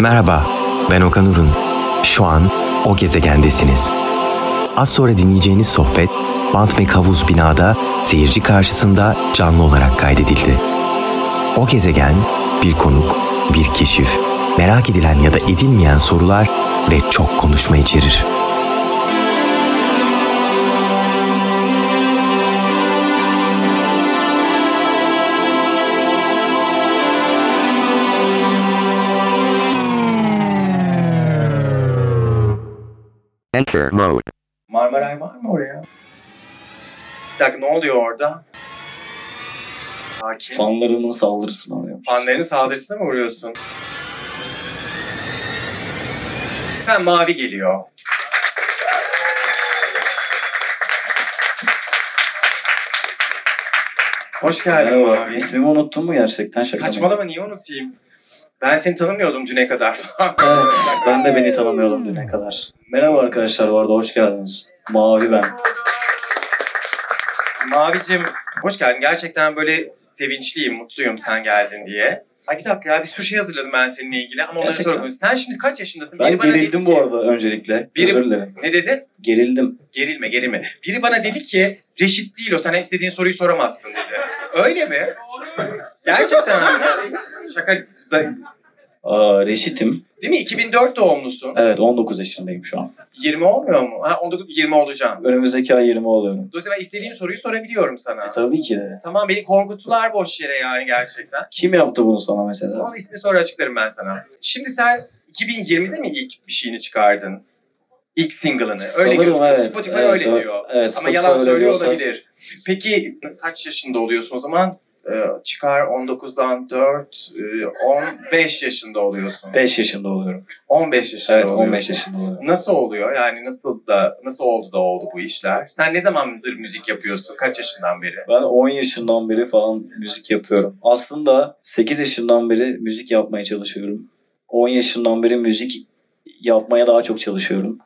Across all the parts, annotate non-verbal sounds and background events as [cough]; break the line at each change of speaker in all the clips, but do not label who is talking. Merhaba, ben Okan Urun. Şu an o gezegendesiniz. Az sonra dinleyeceğiniz sohbet Bant ve Kavuz binada seyirci karşısında canlı olarak kaydedildi. O gezegen, bir konuk, bir keşif, merak edilen ya da edilmeyen sorular ve çok konuşma içerir.
Enter mode.
Marmaray var mı oraya? Bir dakika ne oluyor orada? Sakin.
Fanlarının saldırısını alıyor.
Fanların saldırısına mı vuruyorsun? Efendim mavi geliyor. Hoş geldin
Merhaba.
mavi.
İsmimi unuttun mu gerçekten şaka mı?
Saçmalama niye unutayım? Ben seni tanımıyordum düne kadar. [laughs]
Evet. Ben de beni tanımıyordum düne kadar. Merhaba arkadaşlar bu arada hoş geldiniz. Mavi ben.
Mavicim hoş geldin. Gerçekten böyle sevinçliyim, mutluyum sen geldin diye. Ha bir dakika ya bir sürü şey hazırladım ben seninle ilgili ama onları
Gerçekten.
sorguluyorum. Sen şimdi kaç yaşındasın?
Ben
Biri bana dedi
gerildim
ki-
bu arada öncelikle.
Biri-
Özür dilerim.
Ne dedin?
Gerildim.
Gerilme gerilme. Biri bana dedi ki reşit değil o sana istediğin soruyu soramazsın dedi. Öyle mi? Gerçekten mi? Şaka. Ben-
Aa, reşitim.
Değil mi? 2004 doğumlusun.
Evet 19 yaşındayım şu an.
20 olmuyor mu? Ha 19 20 olacağım.
Önümüzdeki ay 20 oluyorum.
Dolayısıyla ben istediğim soruyu sorabiliyorum sana.
E, tabii ki de.
Tamam beni korkuttular boş yere yani gerçekten.
Kim yaptı bunu sana mesela?
Onun ismini sonra açıklarım ben sana. Şimdi sen 2020'de mi ilk bir şeyini çıkardın? İlk single'ını. Öyle
Sanırım
gözüküyor.
evet,
Spotify
evet,
öyle
evet.
diyor.
Evet,
Ama yalan
Spotify öyle
söylüyor
diyorsa-
olabilir. Peki kaç yaşında oluyorsun o zaman? Ee, çıkar 19'dan 4, e, 15 yaşında oluyorsun.
5 yaşında oluyorum.
15 yaşında
Evet
oluyorsun.
15 yaşında oluyorum.
Nasıl oluyor? Yani nasıl da nasıl oldu da oldu bu işler? Sen ne zamandır müzik yapıyorsun? Kaç yaşından beri?
Ben 10 yaşından beri falan müzik yapıyorum. Aslında 8 yaşından beri müzik yapmaya çalışıyorum. 10 yaşından beri müzik yapmaya daha çok çalışıyorum.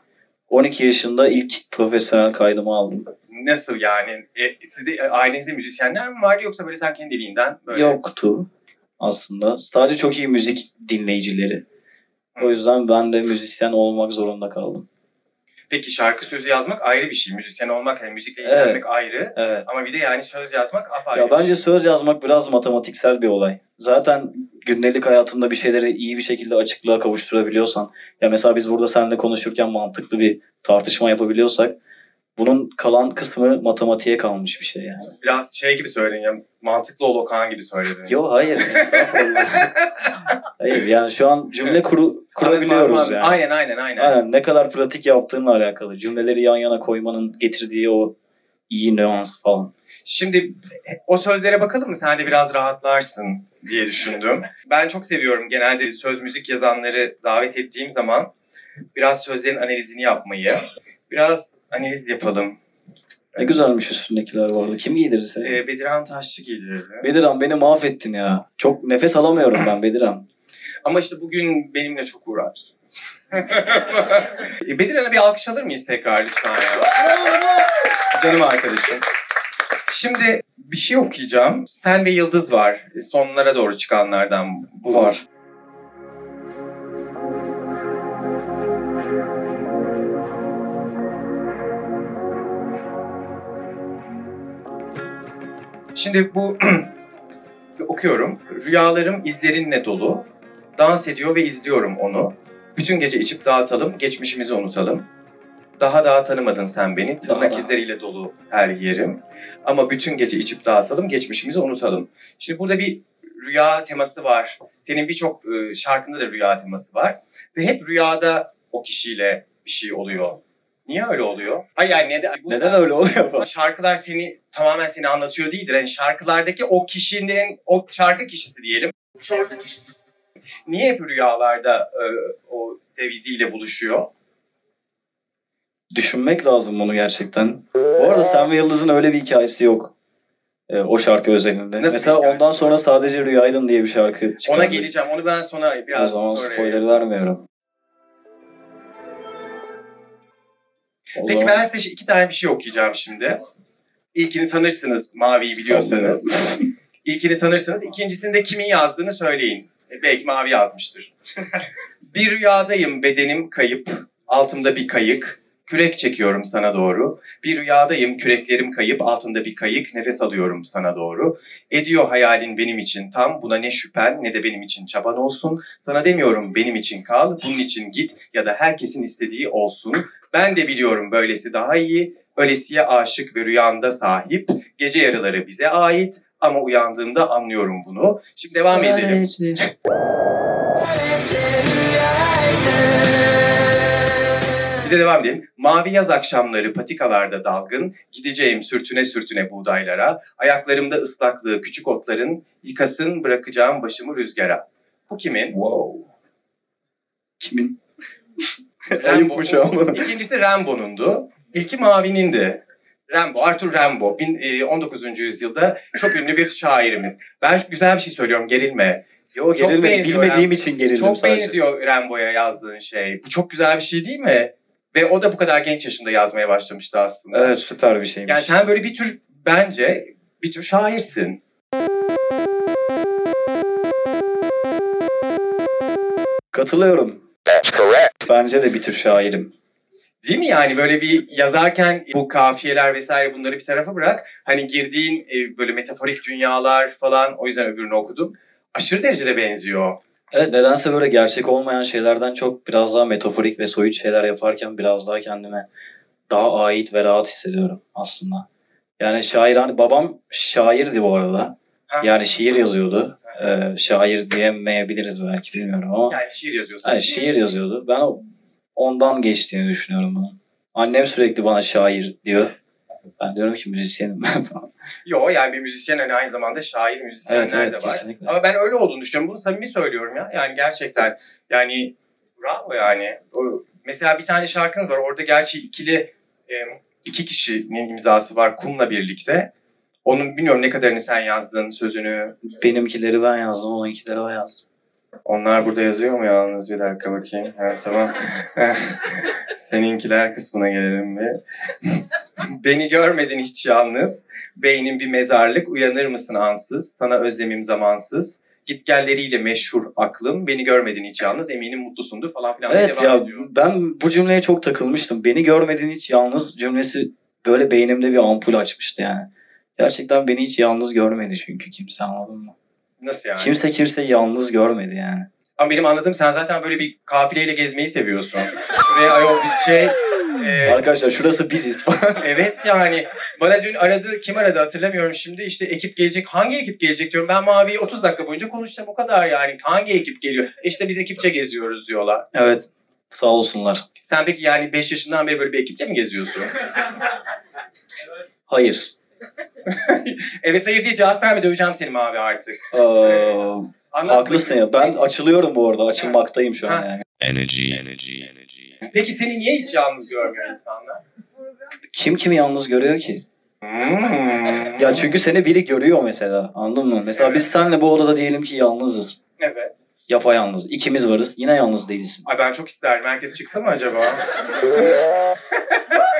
12 yaşında ilk profesyonel kaydımı aldım.
Nasıl yani? E, sizde e, ailenizde müzisyenler mi vardı yoksa böyle sen kendiliğinden böyle?
Yoktu aslında. Sadece çok iyi müzik dinleyicileri. O yüzden ben de müzisyen olmak zorunda kaldım.
Peki şarkı sözü yazmak ayrı bir şey. Müzisyen olmak, yani müzikle ilgilenmek
Evet.
ayrı.
Evet.
Ama bir de yani söz yazmak apayrı
Ya
bir şey.
bence söz yazmak biraz matematiksel bir olay. Zaten gündelik hayatında bir şeyleri iyi bir şekilde açıklığa kavuşturabiliyorsan ya mesela biz burada seninle konuşurken mantıklı bir tartışma yapabiliyorsak bunun kalan kısmı matematiğe kalmış bir şey yani.
Biraz şey gibi söyledin ya, mantıklı ol Okan gibi söyledin.
Yo hayır.
[laughs]
estağfurullah. hayır yani şu an cümle kuru,
Anladım,
kurabiliyoruz
anladım.
yani.
Aynen aynen aynen.
Aynen, ne kadar pratik yaptığınla alakalı. Cümleleri yan yana koymanın getirdiği o iyi nüans falan.
Şimdi e, o sözlere bakalım mı? Sen de biraz rahatlarsın diye düşündüm. Ben çok seviyorum genelde söz müzik yazanları davet ettiğim zaman biraz sözlerin analizini yapmayı. Biraz analiz yapalım.
Ne güzelmiş üstündekiler vardı. Kim giydirirse.
Ee, Bediran Taşçı giydirdi.
Bediran beni mahvettin ya. Çok nefes alamıyorum ben Bediran.
Ama işte bugün benimle çok uğraştı. [laughs] Bedirhan'a bir alkış alır mıyız tekrar lütfen ya? Canım arkadaşım. Şimdi bir şey okuyacağım. Sen ve Yıldız var. E, Sonlara doğru çıkanlardan bu
Var.
Şimdi bu [clears throat] okuyorum. Rüyalarım izlerinle dolu. Dans ediyor ve izliyorum onu. Bütün gece içip dağıtalım, geçmişimizi unutalım. Daha daha tanımadın sen beni. Tırnak
daha.
izleriyle dolu her yerim. Ama bütün gece içip dağıtalım, geçmişimizi unutalım. Şimdi burada bir rüya teması var. Senin birçok e, şarkında da rüya teması var. Ve hep rüyada o kişiyle bir şey oluyor. Niye öyle oluyor? Hayır yani neden? bu-
Neden öyle oluyor [laughs] falan?
Şarkılar seni tamamen seni anlatıyor değildir. Yani şarkılardaki o kişinin, o şarkı kişisi diyelim. Niye hep rüyalarda e, o sevdiğiyle buluşuyor?
Düşünmek lazım bunu gerçekten. Bu arada Sen ve Yıldız'ın öyle bir hikayesi yok. Ee, o şarkı özelinde.
Nasıl
Mesela
bir hikayesi
ondan
var?
sonra sadece Rüyaydın diye bir şarkı çıkardı.
Ona geleceğim. Onu ben sonra
O
biraz
zaman
sonra
spoiler vermiyorum. O
Peki
zaman
ben size şi- iki tane bir şey okuyacağım şimdi. İlkini tanırsınız Mavi'yi biliyorsanız. İlkini tanırsınız. İkincisinde kimin yazdığını söyleyin. E, Belki Mavi yazmıştır. Bir rüyadayım bedenim kayıp, altımda bir kayık. Kürek çekiyorum sana doğru. Bir rüyadayım küreklerim kayıp, altımda bir kayık. Nefes alıyorum sana doğru. Ediyor hayalin benim için tam. Buna ne şüphen ne de benim için çaban olsun. Sana demiyorum benim için kal, bunun için git ya da herkesin istediği olsun. Ben de biliyorum böylesi daha iyi. Ölesiye aşık ve rüyanda sahip. Gece yarıları bize ait ama uyandığımda anlıyorum bunu. Şimdi devam edelim.
Sadece.
Bir de devam edelim. Mavi yaz akşamları patikalarda dalgın, gideceğim sürtüne sürtüne buğdaylara, ayaklarımda ıslaklığı küçük otların, yıkasın bırakacağım başımı rüzgara. Bu kimin?
Wow. Kimin?
Rambo'ymuş ama. [laughs] İkincisi Rambo'nundu. İlki Mavi'nindi. Rambo, Arthur Rambo. Bin- e, 19. yüzyılda çok ünlü bir şairimiz. Ben şu- güzel bir şey söylüyorum, gerilme.
Yo
Çok
gerilmedim.
benziyor
Bilmediğim için gerildim
Çok
sadece.
benziyor Rambo'ya yazdığın şey. Bu çok güzel bir şey değil mi? Ve o da bu kadar genç yaşında yazmaya başlamıştı aslında.
Evet süper bir şeymiş.
Yani sen böyle bir tür bence bir tür şairsin.
Katılıyorum.
That's correct.
Bence de bir tür şairim.
Değil mi yani böyle bir yazarken bu kafiyeler vesaire bunları bir tarafa bırak. Hani girdiğin e, böyle metaforik dünyalar falan o yüzden öbürünü okudum. Aşırı derecede benziyor.
Evet nedense böyle gerçek olmayan şeylerden çok biraz daha metaforik ve soyut şeyler yaparken biraz daha kendime daha ait ve rahat hissediyorum aslında. Yani şair hani babam şairdi bu arada.
Ha.
Yani şiir yazıyordu. Ee, şair diyemeyebiliriz belki bilmiyorum ama.
Yani şiir yazıyorsun.
Hayır, şiir yazıyordu. Ben o- ondan geçtiğini düşünüyorum bunun. Annem sürekli bana şair diyor. Ben diyorum ki müzisyenim [laughs] ben.
Yok yani bir müzisyen hani aynı zamanda şair müzisyenler
Evet, evet,
de var.
kesinlikle.
Ama ben öyle olduğunu düşünüyorum. Bunu samimi söylüyorum ya. Yani gerçekten yani bravo yani. O- mesela bir tane şarkınız var. Orada gerçi ikili e, iki kişinin imzası var Kum'la birlikte. Onun bilmiyorum ne kadarını sen yazdın sözünü.
Benimkileri ben yazdım, onunkileri o yazdı.
Onlar burada yazıyor mu yalnız? Bir dakika bakayım. Ha, tamam. Seninkiler kısmına gelelim bir. Beni görmedin hiç yalnız. Beynin bir mezarlık. Uyanır mısın ansız? Sana özlemim zamansız. Gitgelleriyle meşhur aklım. Beni görmedin hiç yalnız. Eminim mutlusundur falan filan. diye
Evet
devam
ya
ediyor.
ben bu cümleye çok takılmıştım. Beni görmedin hiç yalnız cümlesi böyle beynimde bir ampul açmıştı yani. Gerçekten beni hiç yalnız görmedi çünkü kimse anladın mı?
Nasıl yani?
Kimse kimseyi yalnız görmedi yani.
Ama benim anladığım sen zaten böyle bir kafileyle gezmeyi seviyorsun. Şuraya ayol bir şey. e,
Arkadaşlar şurası biziz [laughs] falan.
Evet yani bana dün aradı kim aradı hatırlamıyorum şimdi işte ekip gelecek hangi ekip gelecek diyorum ben Mavi'yi 30 dakika boyunca konuşacağım o kadar yani hangi ekip geliyor işte biz ekipçe geziyoruz diyorlar.
evet sağ olsunlar.
Sen peki yani 5 yaşından beri böyle bir ekiple mi geziyorsun?
Hayır.
evet hayır diye cevap verme döveceğim seni Mavi artık.
Ee,
Anlat
haklısın ya ben açılıyorum bu arada açılmaktayım şu an
Ha.
yani.
Energy. Energy. Energy.
Peki seni niye hiç yalnız görmüyor insanlar?
Kim kimi yalnız görüyor ki?
Hmm.
Ya çünkü seni biri görüyor mesela anladın mı? Mesela
Evet.
biz senle bu odada diyelim ki yalnızız.
Evet.
Yapayalnız. İkimiz varız. Yine yalnız değilsin.
Ay ben çok isterdim. Herkes çıksa mı acaba?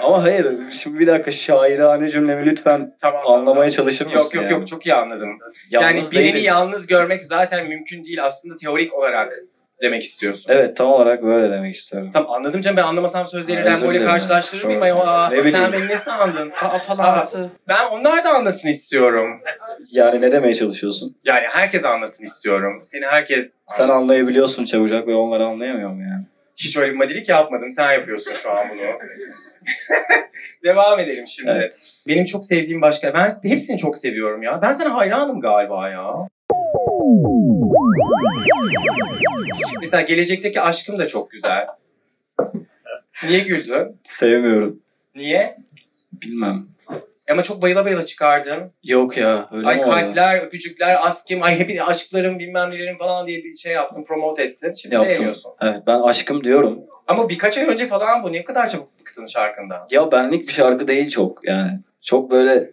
Ama hayır şimdi bir dakika şairane cümlemi lütfen
Tamam. tamam,
anlamaya
tamam.
çalışır mısın?
Yok yok
yani?
yok çok iyi anladım.
Yalnız
yani birini
değiliz.
yalnız görmek zaten mümkün değil aslında teorik olarak demek istiyorsun.
Evet tam olarak böyle demek istiyorum.
Tamam anladım canım ben anlamasam sözleri
Ha,
ben
özür
böyle
dilerim.
karşılaştırır mıyım?
Sorry.
Ay, aa,
Ne bileyim.
sen beni ne sandın? Aa, falan.
Aa.
Ben onlar da anlasın istiyorum.
Yani ne demeye çalışıyorsun?
Yani herkes anlasın istiyorum. Seni herkes
Sen
anlasın.
anlayabiliyorsun çabucak ve onları anlayamıyorum yani.
Hiç öyle bir madilik yapmadım. Sen yapıyorsun şu an bunu. [laughs] Devam edelim şimdi. Benim çok sevdiğim başka... Ben hepsini çok seviyorum ya. Ben sana hayranım galiba ya. Mesela gelecekteki aşkım da çok güzel. Niye güldün?
Sevmiyorum.
Niye?
Bilmem.
Ama çok bayıla bayıla çıkardım.
Yok ya öyle
Ay
mi oldu?
kalpler, öpücükler, askim, ay hep aşklarım bilmem nelerim falan diye bir şey yaptın, promote ettin. Şimdi
Yaptım.
sevmiyorsun.
Evet ben aşkım diyorum.
Ama birkaç ay önce falan bu. Ne kadar çabuk bıktın şarkından.
Ya benlik bir şarkı değil çok yani. Çok böyle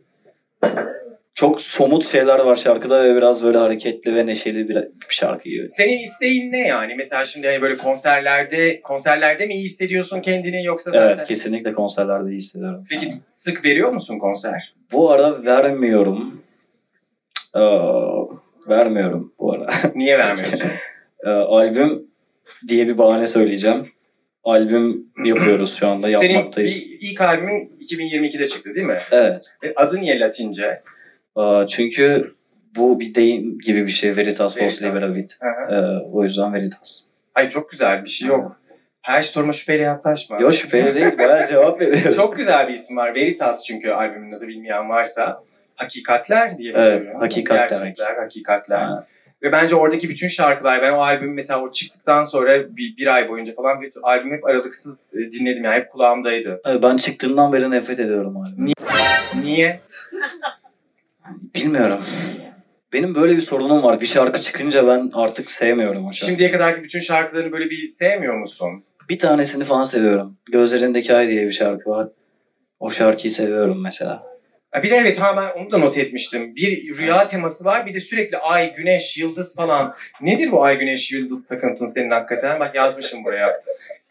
çok somut şeyler var şarkıda ve biraz böyle hareketli ve neşeli bir, bir şarkı gibi.
Senin isteğin ne yani? Mesela şimdi hani böyle konserlerde, konserlerde mi iyi hissediyorsun kendini yoksa zaten?
Evet kesinlikle konserlerde iyi hissediyorum.
Peki sık veriyor musun konser? [laughs]
Bu ara vermiyorum. Ee, vermiyorum bu ara.
Niye vermiyorsun?
Ee, albüm diye bir bahane söyleyeceğim. Albüm yapıyoruz şu anda
Senin
yapmaktayız.
bir- ilk albümün 2022'de çıktı değil mi?
Evet.
E, Adı niye Latince?
Aa, Çünkü bu bir deyim gibi bir şey. Veritas
Veritas.
Vos Liberavit.
Hı hı.
Ee, o yüzden Veritas.
Ay çok güzel bir şey yok. Her soruma şüpheyle yaklaşma.
Yok şüpheli değil. Bayağı cevap veriyorum.
Çok güzel bir isim var. Veritas çünkü albümün adı bilmeyen varsa. Hakikatler diye bir
Evet,
şey. var.
hakikat
Gerçekler,
Ha.
Hakikatler. Ve bence oradaki bütün şarkılar, ben o albüm mesela o çıktıktan sonra bir, bir ay boyunca falan bir albüm hep aralıksız e, dinledim yani hep kulağımdaydı.
Abi Ben çıktığından beri nefret ediyorum albümü.
Niye?
Bilmiyorum. Benim böyle bir sorunum var. Bir şarkı çıkınca ben artık sevmiyorum o şarkıyı.
Şimdiye kadarki bütün şarkılarını böyle bir sevmiyor musun?
Bir tanesini falan seviyorum. Gözlerindeki Ay diye bir şarkı var. O şarkıyı seviyorum mesela.
Ha, Bir de evet ha ben onu da not etmiştim. Bir rüya teması var bir de sürekli ay, güneş, yıldız falan. Nedir bu ay, güneş, yıldız takıntın senin hakikaten? Bak yazmışım buraya.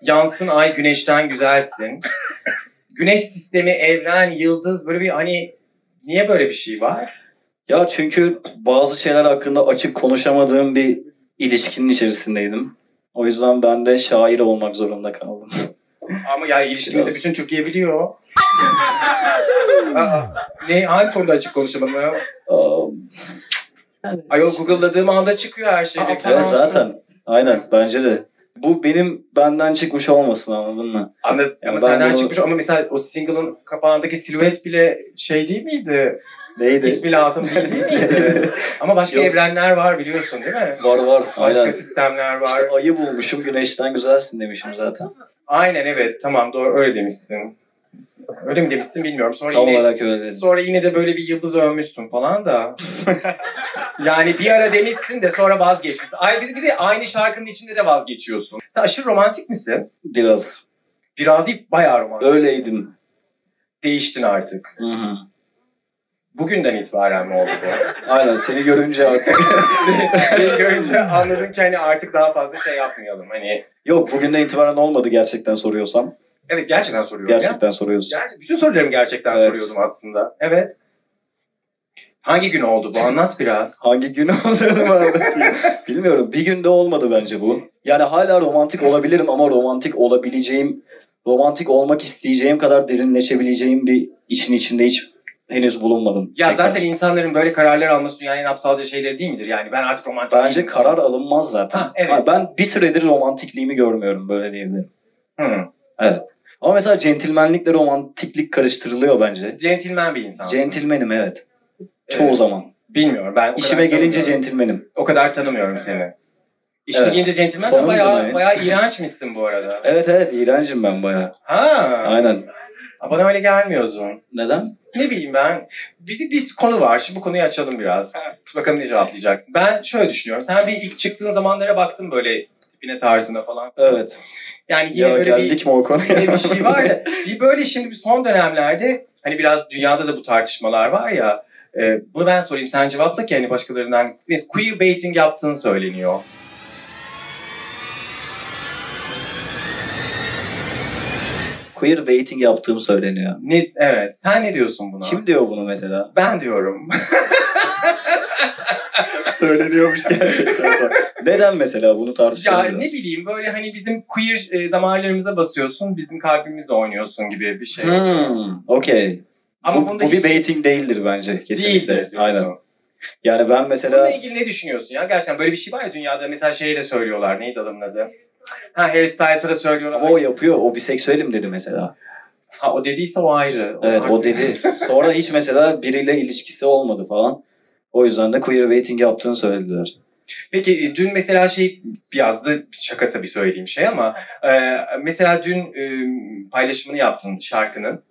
Yansın ay güneşten güzelsin. Güneş sistemi, evren, yıldız böyle bir hani niye böyle bir şey var?
Ya çünkü bazı şeyler hakkında açık konuşamadığım bir ilişkinin içerisindeydim. O yüzden ben de şair olmak zorunda kaldım. [laughs]
Ama yani ilişkimizi
Biraz.
bütün Türkiye biliyor. Aa, ne hangi konuda açık konuşalım ya?
Aa,
Ayol Google'ladığım anda çıkıyor her şey.
evet,
Referansın.
zaten. Aynen bence de. Bu benim benden çıkmış olmasın anladın mı?
Anladım. Ama
Ben
senden
bunu-
çıkmış ama mesela o single'ın kapağındaki silüet bile şey değil miydi?
Neydi?
İsmi lazım değil, değil [laughs]
[laughs]
miydi? ama başka
Yok.
evrenler var biliyorsun değil mi?
Var var.
Başka
Aynen.
sistemler var.
İşte ayı bulmuşum güneşten güzelsin demişim zaten.
Aynen evet tamam doğru öyle demişsin. Öyle mi demişsin bilmiyorum. Sonra
Tam
yine
olarak öyle dedim.
Sonra yine de böyle bir yıldız övmüşsün falan da. yani bir ara demişsin de sonra vazgeçmişsin. Ay bir, bir de aynı şarkının içinde de vazgeçiyorsun. Sen aşırı romantik misin?
Biraz.
Biraz değil bayağı romantik.
Öyleydim.
Değiştin artık.
Hı hı.
Bugünden itibaren mi oldu
[laughs]
bu?
Aynen seni
[laughs]
görünce artık.
Beni görünce anladın ki hani artık daha fazla şey yapmayalım. Hani
Yok bugünden itibaren olmadı gerçekten soruyorsam.
evet gerçekten soruyorum ya.
Gerçekten soruyorsun.
Gerçi bütün sorularımı gerçekten
Evet.
soruyordum aslında. Evet. Hangi gün oldu bu? Anlat biraz.
Hangi gün [laughs] olduğunu anlatayım. Bilmiyorum. Bir günde olmadı bence bu. Yani hala romantik olabilirim ama romantik olabileceğim, romantik olmak isteyeceğim kadar derinleşebileceğim bir için içinde hiç henüz bulunmadım.
Ya
Tekrar.
zaten insanların böyle kararlar alması dünyanın en aptalca şeyleri değil midir? Yani ben artık romantik
Bence
değilim.
karar alınmaz zaten.
Ha, evet.
Ha, Ben bir süredir romantikliğimi görmüyorum böyle diyebilirim.
Hı.
Ama mesela centilmenlikle romantiklik karıştırılıyor bence.
Centilmen bir insansın.
Centilmenim evet.
Evet.
Çoğu zaman.
Bilmiyorum ben. o kadar
İşime gelince
tanımıyorum.
centilmenim.
O kadar tanımıyorum seni. İşine
Evet.
gelince centilmen de
Sonunda
bayağı,
da-
bayağı iğrençmişsin bu arada.
Evet evet iğrencim ben bayağı.
Ha.
Aynen.
Bana öyle gelmiyordun.
Neden?
Ne bileyim ben. Bir, bir konu var. Şimdi bu konuyu açalım biraz. Bakalım ne cevaplayacaksın. Ben şöyle düşünüyorum. Sen bir ilk çıktığın zamanlara baktın böyle tipine tarzına falan.
Evet.
Yani yine
ya
böyle bir-
geldik mi o konuya?
diye bir şey var ya. Bir böyle şimdi bir son dönemlerde hani biraz dünyada da bu tartışmalar var ya. e, bunu ben sorayım sen cevapla ki hani başkalarından biz queer baiting yaptığın söyleniyor.
[laughs] Queer baiting yaptığım söyleniyor.
Ne evet sen ne diyorsun buna?
Kim diyor bunu mesela?
ben diyorum.
Söyleniyormuş gerçekten. [laughs] Neden mesela
[laughs]
bunu
ya
tartışıyoruz?
ne bileyim böyle hani bizim queer e, damarlarımıza basıyorsun, bizim kalbimizle oynuyorsun gibi bir şey.
Hmm, okey.
Ama
bu,
bunda
bu bir
hiç-
baiting değildir bence kesinlikle.
Değildir diyorsun.
Aynen. Yani ben mesela
Bununla ilgili ne düşünüyorsun ya? Gerçekten böyle bir şey var ya dünyada mesela şeyi de söylüyorlar. Neydi adamın adı? Ha Harry Styles'a da söylüyorlar.
Ama o yapıyor. O biseksüelim dedi mesela.
ha, o dediyse o ayrı.
Evet
artık- [laughs]
o dedi. Sonra hiç mesela biriyle ilişkisi olmadı falan. O yüzden de queer baiting yaptığını söylediler.
Peki e, dün mesela şey biraz da şaka tabii söylediğim şey ama e, mesela dün e, paylaşımını yaptın şarkının.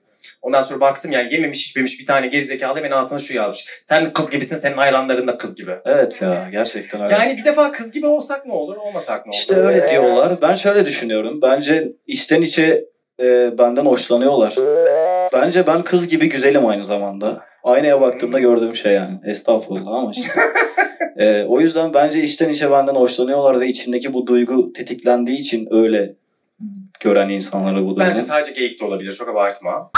Ondan sonra baktım yani yememiş içmemiş bir tane gerizekalı hemen altına şu yazmış. Sen kız gibisin senin hayranların da kız gibi.
Evet ya gerçekten öyle.
Yani bir defa kız gibi olsak ne olur olmasak ne olur.
İşte öyle diyorlar. Ben şöyle düşünüyorum. Bence içten içe e, benden hoşlanıyorlar. Bence ben kız gibi güzelim aynı zamanda. Aynaya baktığımda gördüğüm şey yani. Estağfurullah ama
[laughs]
işte. E, o yüzden bence içten içe benden hoşlanıyorlar ve içimdeki bu duygu tetiklendiği için öyle gören insanlara bu durumu.
Bence sadece geyik de olabilir çok abartma.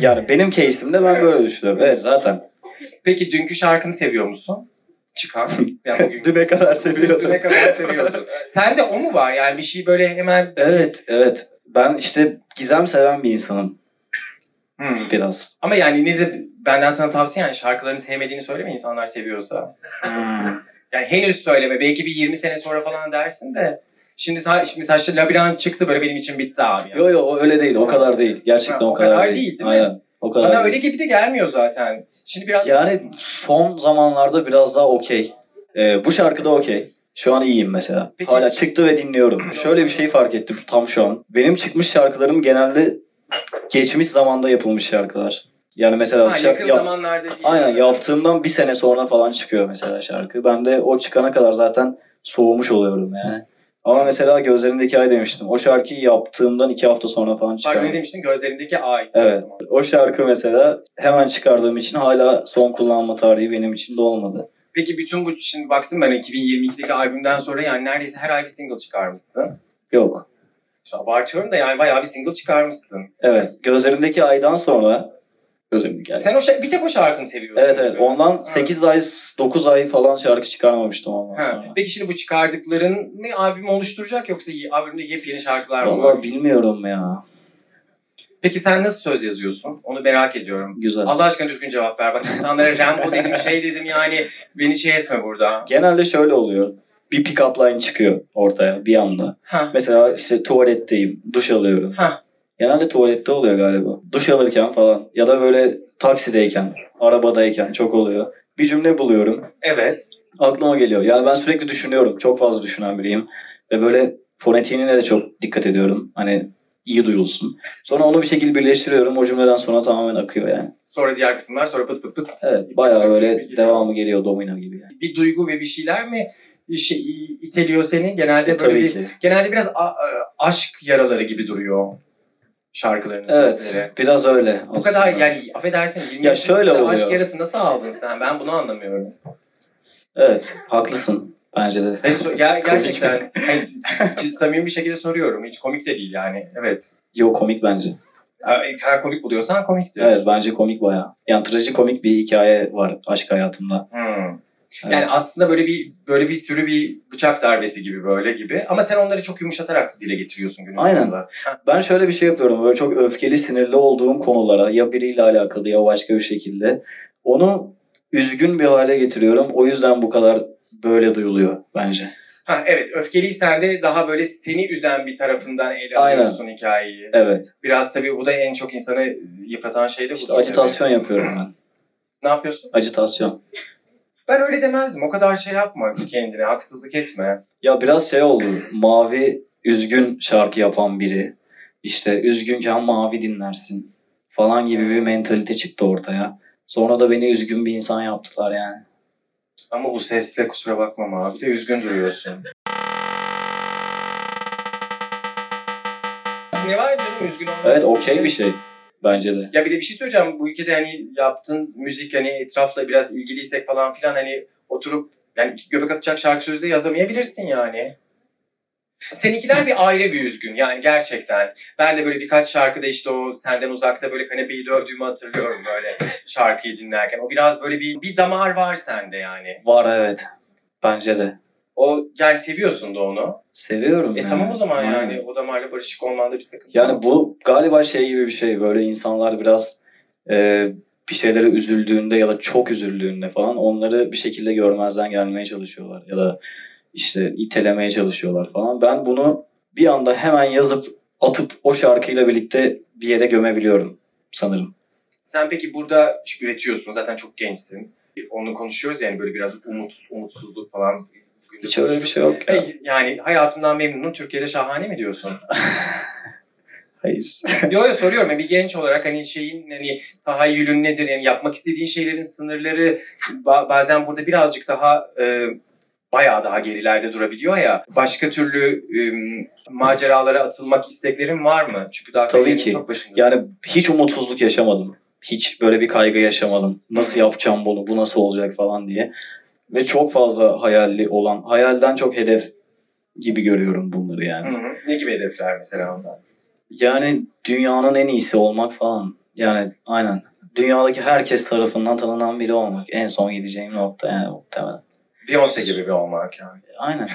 Yani benim case'imde ben böyle düşünüyorum. Evet zaten.
Peki dünkü şarkını seviyor musun?
[laughs]
çıkan. Yani bugün
Düne kadar seviyordum.
Düne kadar
[laughs]
seviyordun. Sen de o mu var? Yani bir şey böyle hemen
Evet, evet. Ben işte gizem seven bir insanım
Hmm.
biraz.
Ama yani yine de benden sana tavsiye yani şarkılarını sevmediğini söyleme insanlar seviyorsa.
Hmm.
Yani henüz söyleme. Belki bir 20 sene sonra falan dersin de. Şimdi, sa- şimdi saçlı labirent çıktı böyle benim için bitti abi. ya.
Yo yo o öyle değil. O kadar değil. Gerçekten
Ha,
o, kadar, değil.
değil mi?
Aynen. O kadar.
Bana
değil.
öyle gibi de gelmiyor zaten. Şimdi biraz
Yani son zamanlarda biraz daha okey. Ee, bu şarkıda okey. Şu an iyiyim mesela.
Peki-
Hala çıktı ve dinliyorum. Şöyle bir şey fark ettim tam şu an. Benim çıkmış şarkılarım genelde geçmiş zamanda yapılmış şarkılar. Yani mesela
ha,
şa-
yakın
şey yap-
zamanlarda değil.
aynen yaptığımdan bir sene sonra falan çıkıyor mesela şarkı. Ben de o çıkana kadar zaten soğumuş oluyorum yani. Ama mesela gözlerindeki ay demiştim. O şarkıyı yaptığımdan iki hafta sonra falan
Bak
çıkıyor.
ne demiştin gözlerindeki ay.
Evet. O şarkı mesela hemen çıkardığım için hala son kullanma tarihi benim için dolmadı.
Peki bütün bu şimdi baktım ben 2022'deki albümden sonra yani neredeyse her ay bir single çıkarmışsın.
Yok.
Şimdi abartıyorum da yani bayağı bir single çıkarmışsın.
Evet. Gözlerindeki aydan sonra gözlerindeki ay.
Sen o şa- bir tek o şarkını seviyorsun.
Evet evet.
gibi.
Ondan 8 ay 9 ay falan şarkı çıkarmamıştım ondan
Ha,
sonra.
Peki şimdi bu çıkardıkların mı albüm oluşturacak yoksa y- albümde yepyeni şarkılar mı var?
Vallahi bilmiyorum ya.
Peki sen nasıl söz yazıyorsun? Onu merak ediyorum.
Güzel.
Allah aşkına düzgün cevap ver. Bak insanlara Rambo dedim şey dedim yani beni şey etme burada.
Genelde şöyle oluyor. Bir pick up line çıkıyor ortaya bir anda.
Ha.
Mesela işte tuvaletteyim, duş alıyorum.
Ha.
Genelde tuvalette oluyor galiba. Duş alırken falan ya da böyle taksideyken, arabadayken çok oluyor. Bir cümle buluyorum.
Evet.
aklıma geliyor. Yani ben sürekli düşünüyorum. Çok fazla düşünen biriyim. Ve böyle fonetiğine de çok dikkat ediyorum. Hani iyi duyulsun. Sonra onu bir şekilde birleştiriyorum. O cümleden sonra tamamen akıyor yani.
Sonra diğer kısımlar sonra pıt pıt pıt.
Evet. Bayağı böyle devamı geliyor domino gibi. Yani.
Bir duygu ve bir şeyler mi şey, iteliyor seni? Genelde böyle
E, Tabii
bir, şey
ki.
genelde biraz a- a- aşk yaraları gibi duruyor şarkıların. sözleri.
Evet. Biraz öyle aslında.
Bu kadar yani affedersin 20
Ya
yaşında
şöyle oluyor.
aşk yarası nasıl aldın sen? Ben bunu anlamıyorum.
Evet. Haklısın. Bence de.
Hayır, so-
[laughs]
ger-
Komik.
gerçekten hani, c- samimi bir şekilde soruyorum. Hiç komik de değil yani. Evet.
Yo komik bence.
Eğer eğer komik buluyorsan komiktir.
Evet bence komik bayağı. Yani trajikomik bir hikaye var aşk hayatımda.
Hmm.
Evet.
Yani aslında böyle bir böyle bir sürü bir bıçak darbesi gibi böyle gibi. Ama sen onları çok yumuşatarak dile getiriyorsun günün
Aynen.
sonunda.
Ben şöyle bir şey yapıyorum. Böyle çok öfkeli, sinirli olduğum konulara ya biriyle alakalı ya başka bir şekilde onu üzgün bir hale getiriyorum. O yüzden bu kadar böyle duyuluyor bence.
Ha, evet öfkeliysen de daha böyle seni üzen bir tarafından ele
Aynen.
alıyorsun hikayeyi.
Evet.
Biraz tabii bu da en çok insanı yıpratan şey de bu.
İşte
tabii.
acitasyon yapıyorum ben.
Ne yapıyorsun?
Acitasyon.
Ben öyle demezdim. O kadar şey yapma kendine. Haksızlık etme.
Ya biraz şey oldu. Mavi üzgün şarkı yapan biri. İşte üzgünken mavi dinlersin falan gibi bir mentalite çıktı ortaya. Sonra da beni üzgün bir insan yaptılar yani.
Ama bu sesle kusura bakma abi. Bir de üzgün duruyorsun. Ne var canım üzgün olmak?
Evet okey bir şey bence de.
Ya bir de bir şey söyleyeceğim. Bu ülkede hani yaptığın müzik hani etrafla biraz ilgiliysek falan filan hani oturup yani iki göbek atacak şarkı sözü de yazamayabilirsin yani. Seninkiler bir ayrı bir üzgün yani gerçekten. Ben de böyle birkaç şarkıda işte o senden uzakta böyle kanepeyi dövdüğümü hatırlıyorum böyle şarkıyı dinlerken. O biraz böyle bir, bir damar var sende yani.
Var evet. Bence de.
O yani seviyorsun da onu.
Seviyorum.
E
yani.
tamam o zaman
Aynen.
yani o damarla barışık olmanda bir sıkıntı yok.
Yani bu galiba şey gibi bir şey. Böyle insanlar biraz e, bir şeylere üzüldüğünde ya da çok üzüldüğünde falan onları bir şekilde görmezden gelmeye çalışıyorlar. Ya da işte itelemeye çalışıyorlar falan. Ben bunu bir anda hemen yazıp atıp o şarkıyla birlikte bir yere gömebiliyorum sanırım.
Sen peki burada çünkü üretiyorsun zaten çok gençsin. Onu konuşuyoruz yani böyle biraz umut, umutsuzluk falan.
Hiç öyle bir şey yok ya.
E, Yani hayatımdan memnunum. Türkiye'de şahane mi diyorsun?
Hayır.
yo yo soruyorum. Yani bir genç olarak hani şeyin hani tahayyülün nedir? Yani yapmak istediğin şeylerin sınırları ba- bazen burada birazcık daha e, bayağı daha gerilerde durabiliyor ya. Başka türlü e, maceralara atılmak isteklerin var mı? Çünkü daha
Tabii
kariyerin
ki.
çok başındasın.
Yani hiç umutsuzluk yaşamadım. Hiç böyle bir kaygı yaşamadım. Nasıl yapacağım bunu, bu nasıl olacak falan diye. Ve çok fazla hayalli olan, hayalden çok hedef gibi görüyorum bunları yani.
Hı hı. Ne gibi hedefler mesela onlar?
Yani dünyanın en iyisi olmak falan. Yani aynen. Dünyadaki herkes tarafından tanınan biri olmak. En son gideceğim nokta yani muhtemelen.
Beyoncé gibi bir olmak yani.
Aynen.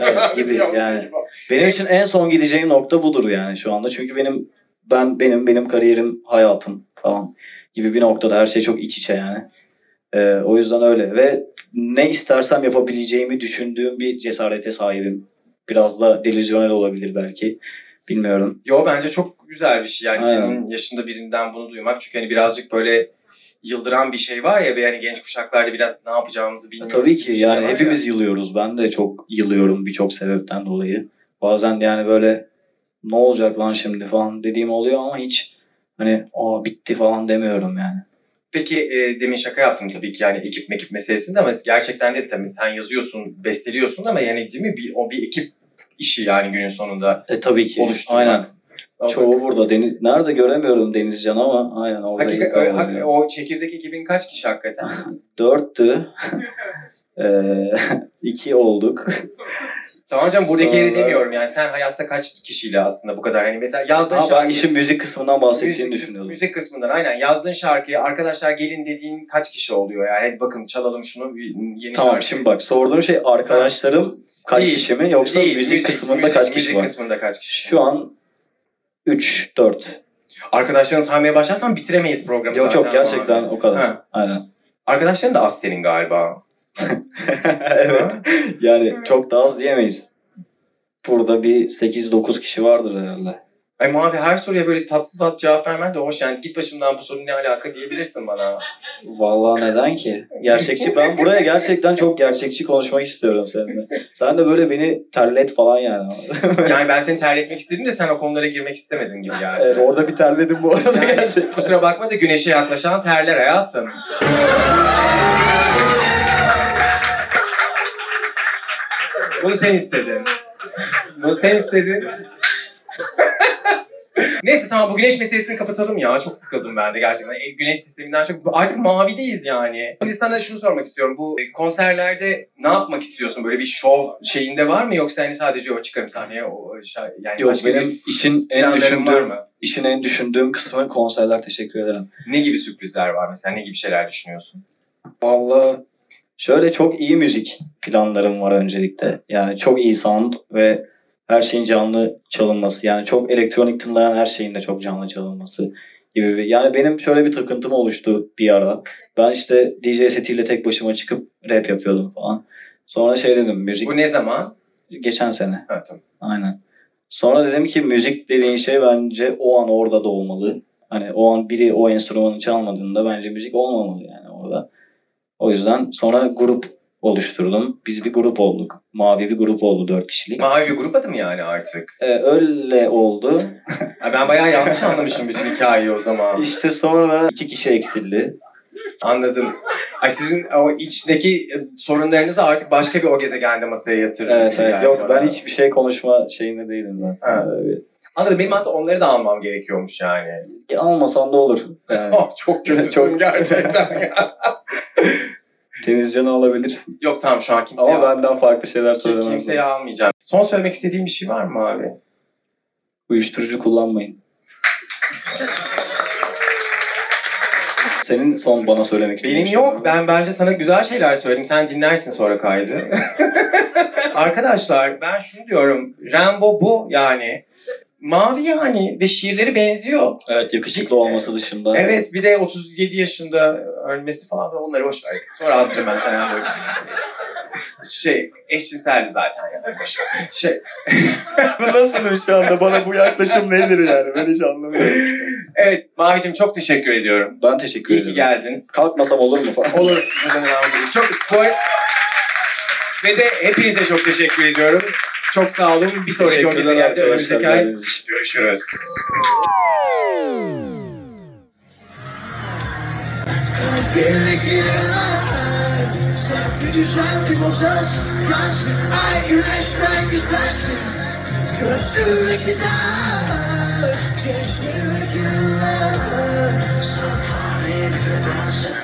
Evet, gibi
Beyoncé
yani.
gibi.
Benim için en son gideceğim nokta budur yani şu anda. Çünkü benim ben benim benim kariyerim, hayatım falan gibi bir noktada her şey çok iç içe yani. Ee, o yüzden öyle ve ne istersem yapabileceğimi düşündüğüm bir cesarete sahibim. Biraz da delüzyonel olabilir belki. Bilmiyorum.
Yo bence çok güzel bir şey yani
Aynen.
senin yaşında birinden bunu duymak. Çünkü hani birazcık böyle yıldıran bir şey var ya ve yani genç kuşaklarda biraz ne yapacağımızı
Ya
bilmiyoruz.
Tabii
bir
ki
şey
yani
var
hepimiz yılıyoruz. Ben de çok yılıyorum birçok sebepten dolayı. Bazen yani böyle ne olacak lan şimdi falan dediğim oluyor ama hiç hani aa bitti falan demiyorum yani.
Peki e, demin şaka yaptım tabii ki yani ekip mekip meselesinde ama gerçekten de tabii sen yazıyorsun, besteliyorsun ama yani değil mi bir, o bir ekip işi yani günün sonunda
E tabii ki.
oluşturmak.
Aynen.
O-
Çoğu burada. Deniz, nerede göremiyorum Denizcan ama aynen orada.
Hakika,
ilk oluyor.
hak- o çekirdek ekibin kaç kişi hakikaten?
Dörttü. [laughs] Eee, [laughs] iki olduk.
[laughs] tamam canım buradaki
Sonra-
yeri demiyorum yani sen hayatta kaç kişiyle aslında bu kadar hani mesela yazdığın
Ha, ben
şarkı...
işin müzik kısmından bahsettiğini
müzik,
düşünüyordum.
müzik kısmından aynen yazdığın şarkıyı arkadaşlar gelin dediğin kaç kişi oluyor yani hadi bakın çalalım şunu bir yeni
Tamam
şarkı.
şimdi bak sorduğun şey arkadaşlarım kaç
Değil,
kişi mi yoksa
Değil,
müzik, kısmında
müzik-
kaç kişi
müzik
var?
kısmında kaç kişi?
Şu an 3 4.
Arkadaşların saymaya başlarsan bitiremeyiz programı
Yok
zaten.
yok gerçekten o kadar.
Ha. [laughs]
Aynen.
Arkadaşların da az senin galiba.
evet.
Ha?
Yani çok da az diyemeyiz. Burada bir 8 9 kişi vardır herhalde.
Ay Mavi her soruya böyle tatlı tatlı cevap vermen de hoş yani. Git başımdan bu sorun ne alaka diyebilirsin
[laughs]
bana.
Vallahi neden ki? Gerçekçi ben buraya gerçekten çok gerçekçi konuşmak istiyorum seninle. Sen de böyle beni terlet falan yani. [laughs]
Yani ben seni terletmek istedim de sen o konulara girmek istemedin gibi yani.
evet, orada bir terledim bu arada
Yani
gerçekten.
Kusura bakma da güneşe yaklaşan terler hayatım. Bunu sen istedin. Bunu sen istedin. [laughs] Neyse tamam bu güneş meselesini kapatalım ya. Çok sıkıldım ben de gerçekten. E, Güneş sisteminden çok... Artık mavideyiz yani. Şimdi sana şunu sormak istiyorum. Bu e, konserlerde ne yapmak istiyorsun? Böyle bir şov şeyinde var mı? Yoksa hani sadece o çıkarım sahneye o şa- yani
Yok
başka bir
benim işin en
planların var
düşündüğüm
mı?
işin en düşündüğüm kısmı konserler teşekkür ederim.
Ne gibi sürprizler var mesela? Ne gibi şeyler düşünüyorsun?
Vallahi şöyle çok iyi müzik planlarım var öncelikle. Yani çok iyi sound ve her şeyin canlı çalınması. Yani çok elektronik tınlayan her şeyin de çok canlı çalınması gibi. bir- Yani benim şöyle bir takıntım oluştu bir ara. Ben işte DJ setiyle tek başıma çıkıp rap yapıyordum falan. Sonra şey dedim müzik
Bu ne zaman?
geçen sene.
Ha, tamam.
Aynen. Sonra dedim ki müzik dediğin şey bence o an orada da olmalı. Hani o an biri o enstrümanı çalmadığında bence müzik olmamalı yani orada. O yüzden sonra grup oluşturdum. Biz bir grup olduk. Mavi bir grup oldu dört kişilik.
Mavi bir grup adı mı yani artık?
Ee, öyle oldu.
Ha, ben bayağı yanlış anlamışım bütün hikayeyi o zaman.
İşte sonra iki kişi eksildi.
Anladım. Ay sizin o içteki e, sorunlarınızı artık başka bir o gezegende masaya yatırırız.
Evet
gibi
evet.
geldi
Yok
bana.
ben hiçbir şey konuşma şeyinde değilim Ee, zaten.
Ha. Anladım. Benim aslında onları da almam gerekiyormuş yani.
Ee, almasan da olur.
[laughs]
Yani,
Oh, çok kötüsün
[laughs] Çok-
gerçekten ya.
Denizcan'ı alabilirsin.
Yok tamam şu an kimseye,
Ama benden farklı şeyler söylemem.
kimseye almayacağım. Son söylemek istediğim bir şey var mı abi?
Uyuşturucu kullanmayın. Senin son bana söylemek istediğin
Benim
şey var mı?
yok. Ben bence sana güzel şeyler söyledim. Sen dinlersin sonra
[laughs]
kaydı. Arkadaşlar ben şunu diyorum. Rambo bu yani. Mavi yani ve şiirleri benziyor.
Evet yakışıklı olması dışında.
Evet bir de 37 yaşında ölmesi falan da onları boş ver. Sonra anlatırım ben sana Rambo'yu. Şey eşcinseldi zaten yani. Boş ver.
[laughs]
Şey,
Nasılım şu anda? Bana bu yaklaşım nedir yani? Ben hiç anlamıyorum.
evet Mavi'cim çok teşekkür ediyorum.
Ben teşekkür
İyi ki
ederim.
geldin.
Kalkmasam olur mu falan.
Olur. buradan devam edelim. Çok bu- ve de hepinize çok teşekkür ediyorum. Çok sağ olun. Bir sonraki
Teşekkürler
oyunda geldi.
arkadaşlar,
Önümüzdeki ay
geldiğiniz için.
görüşürüz.
Güneşten güzel,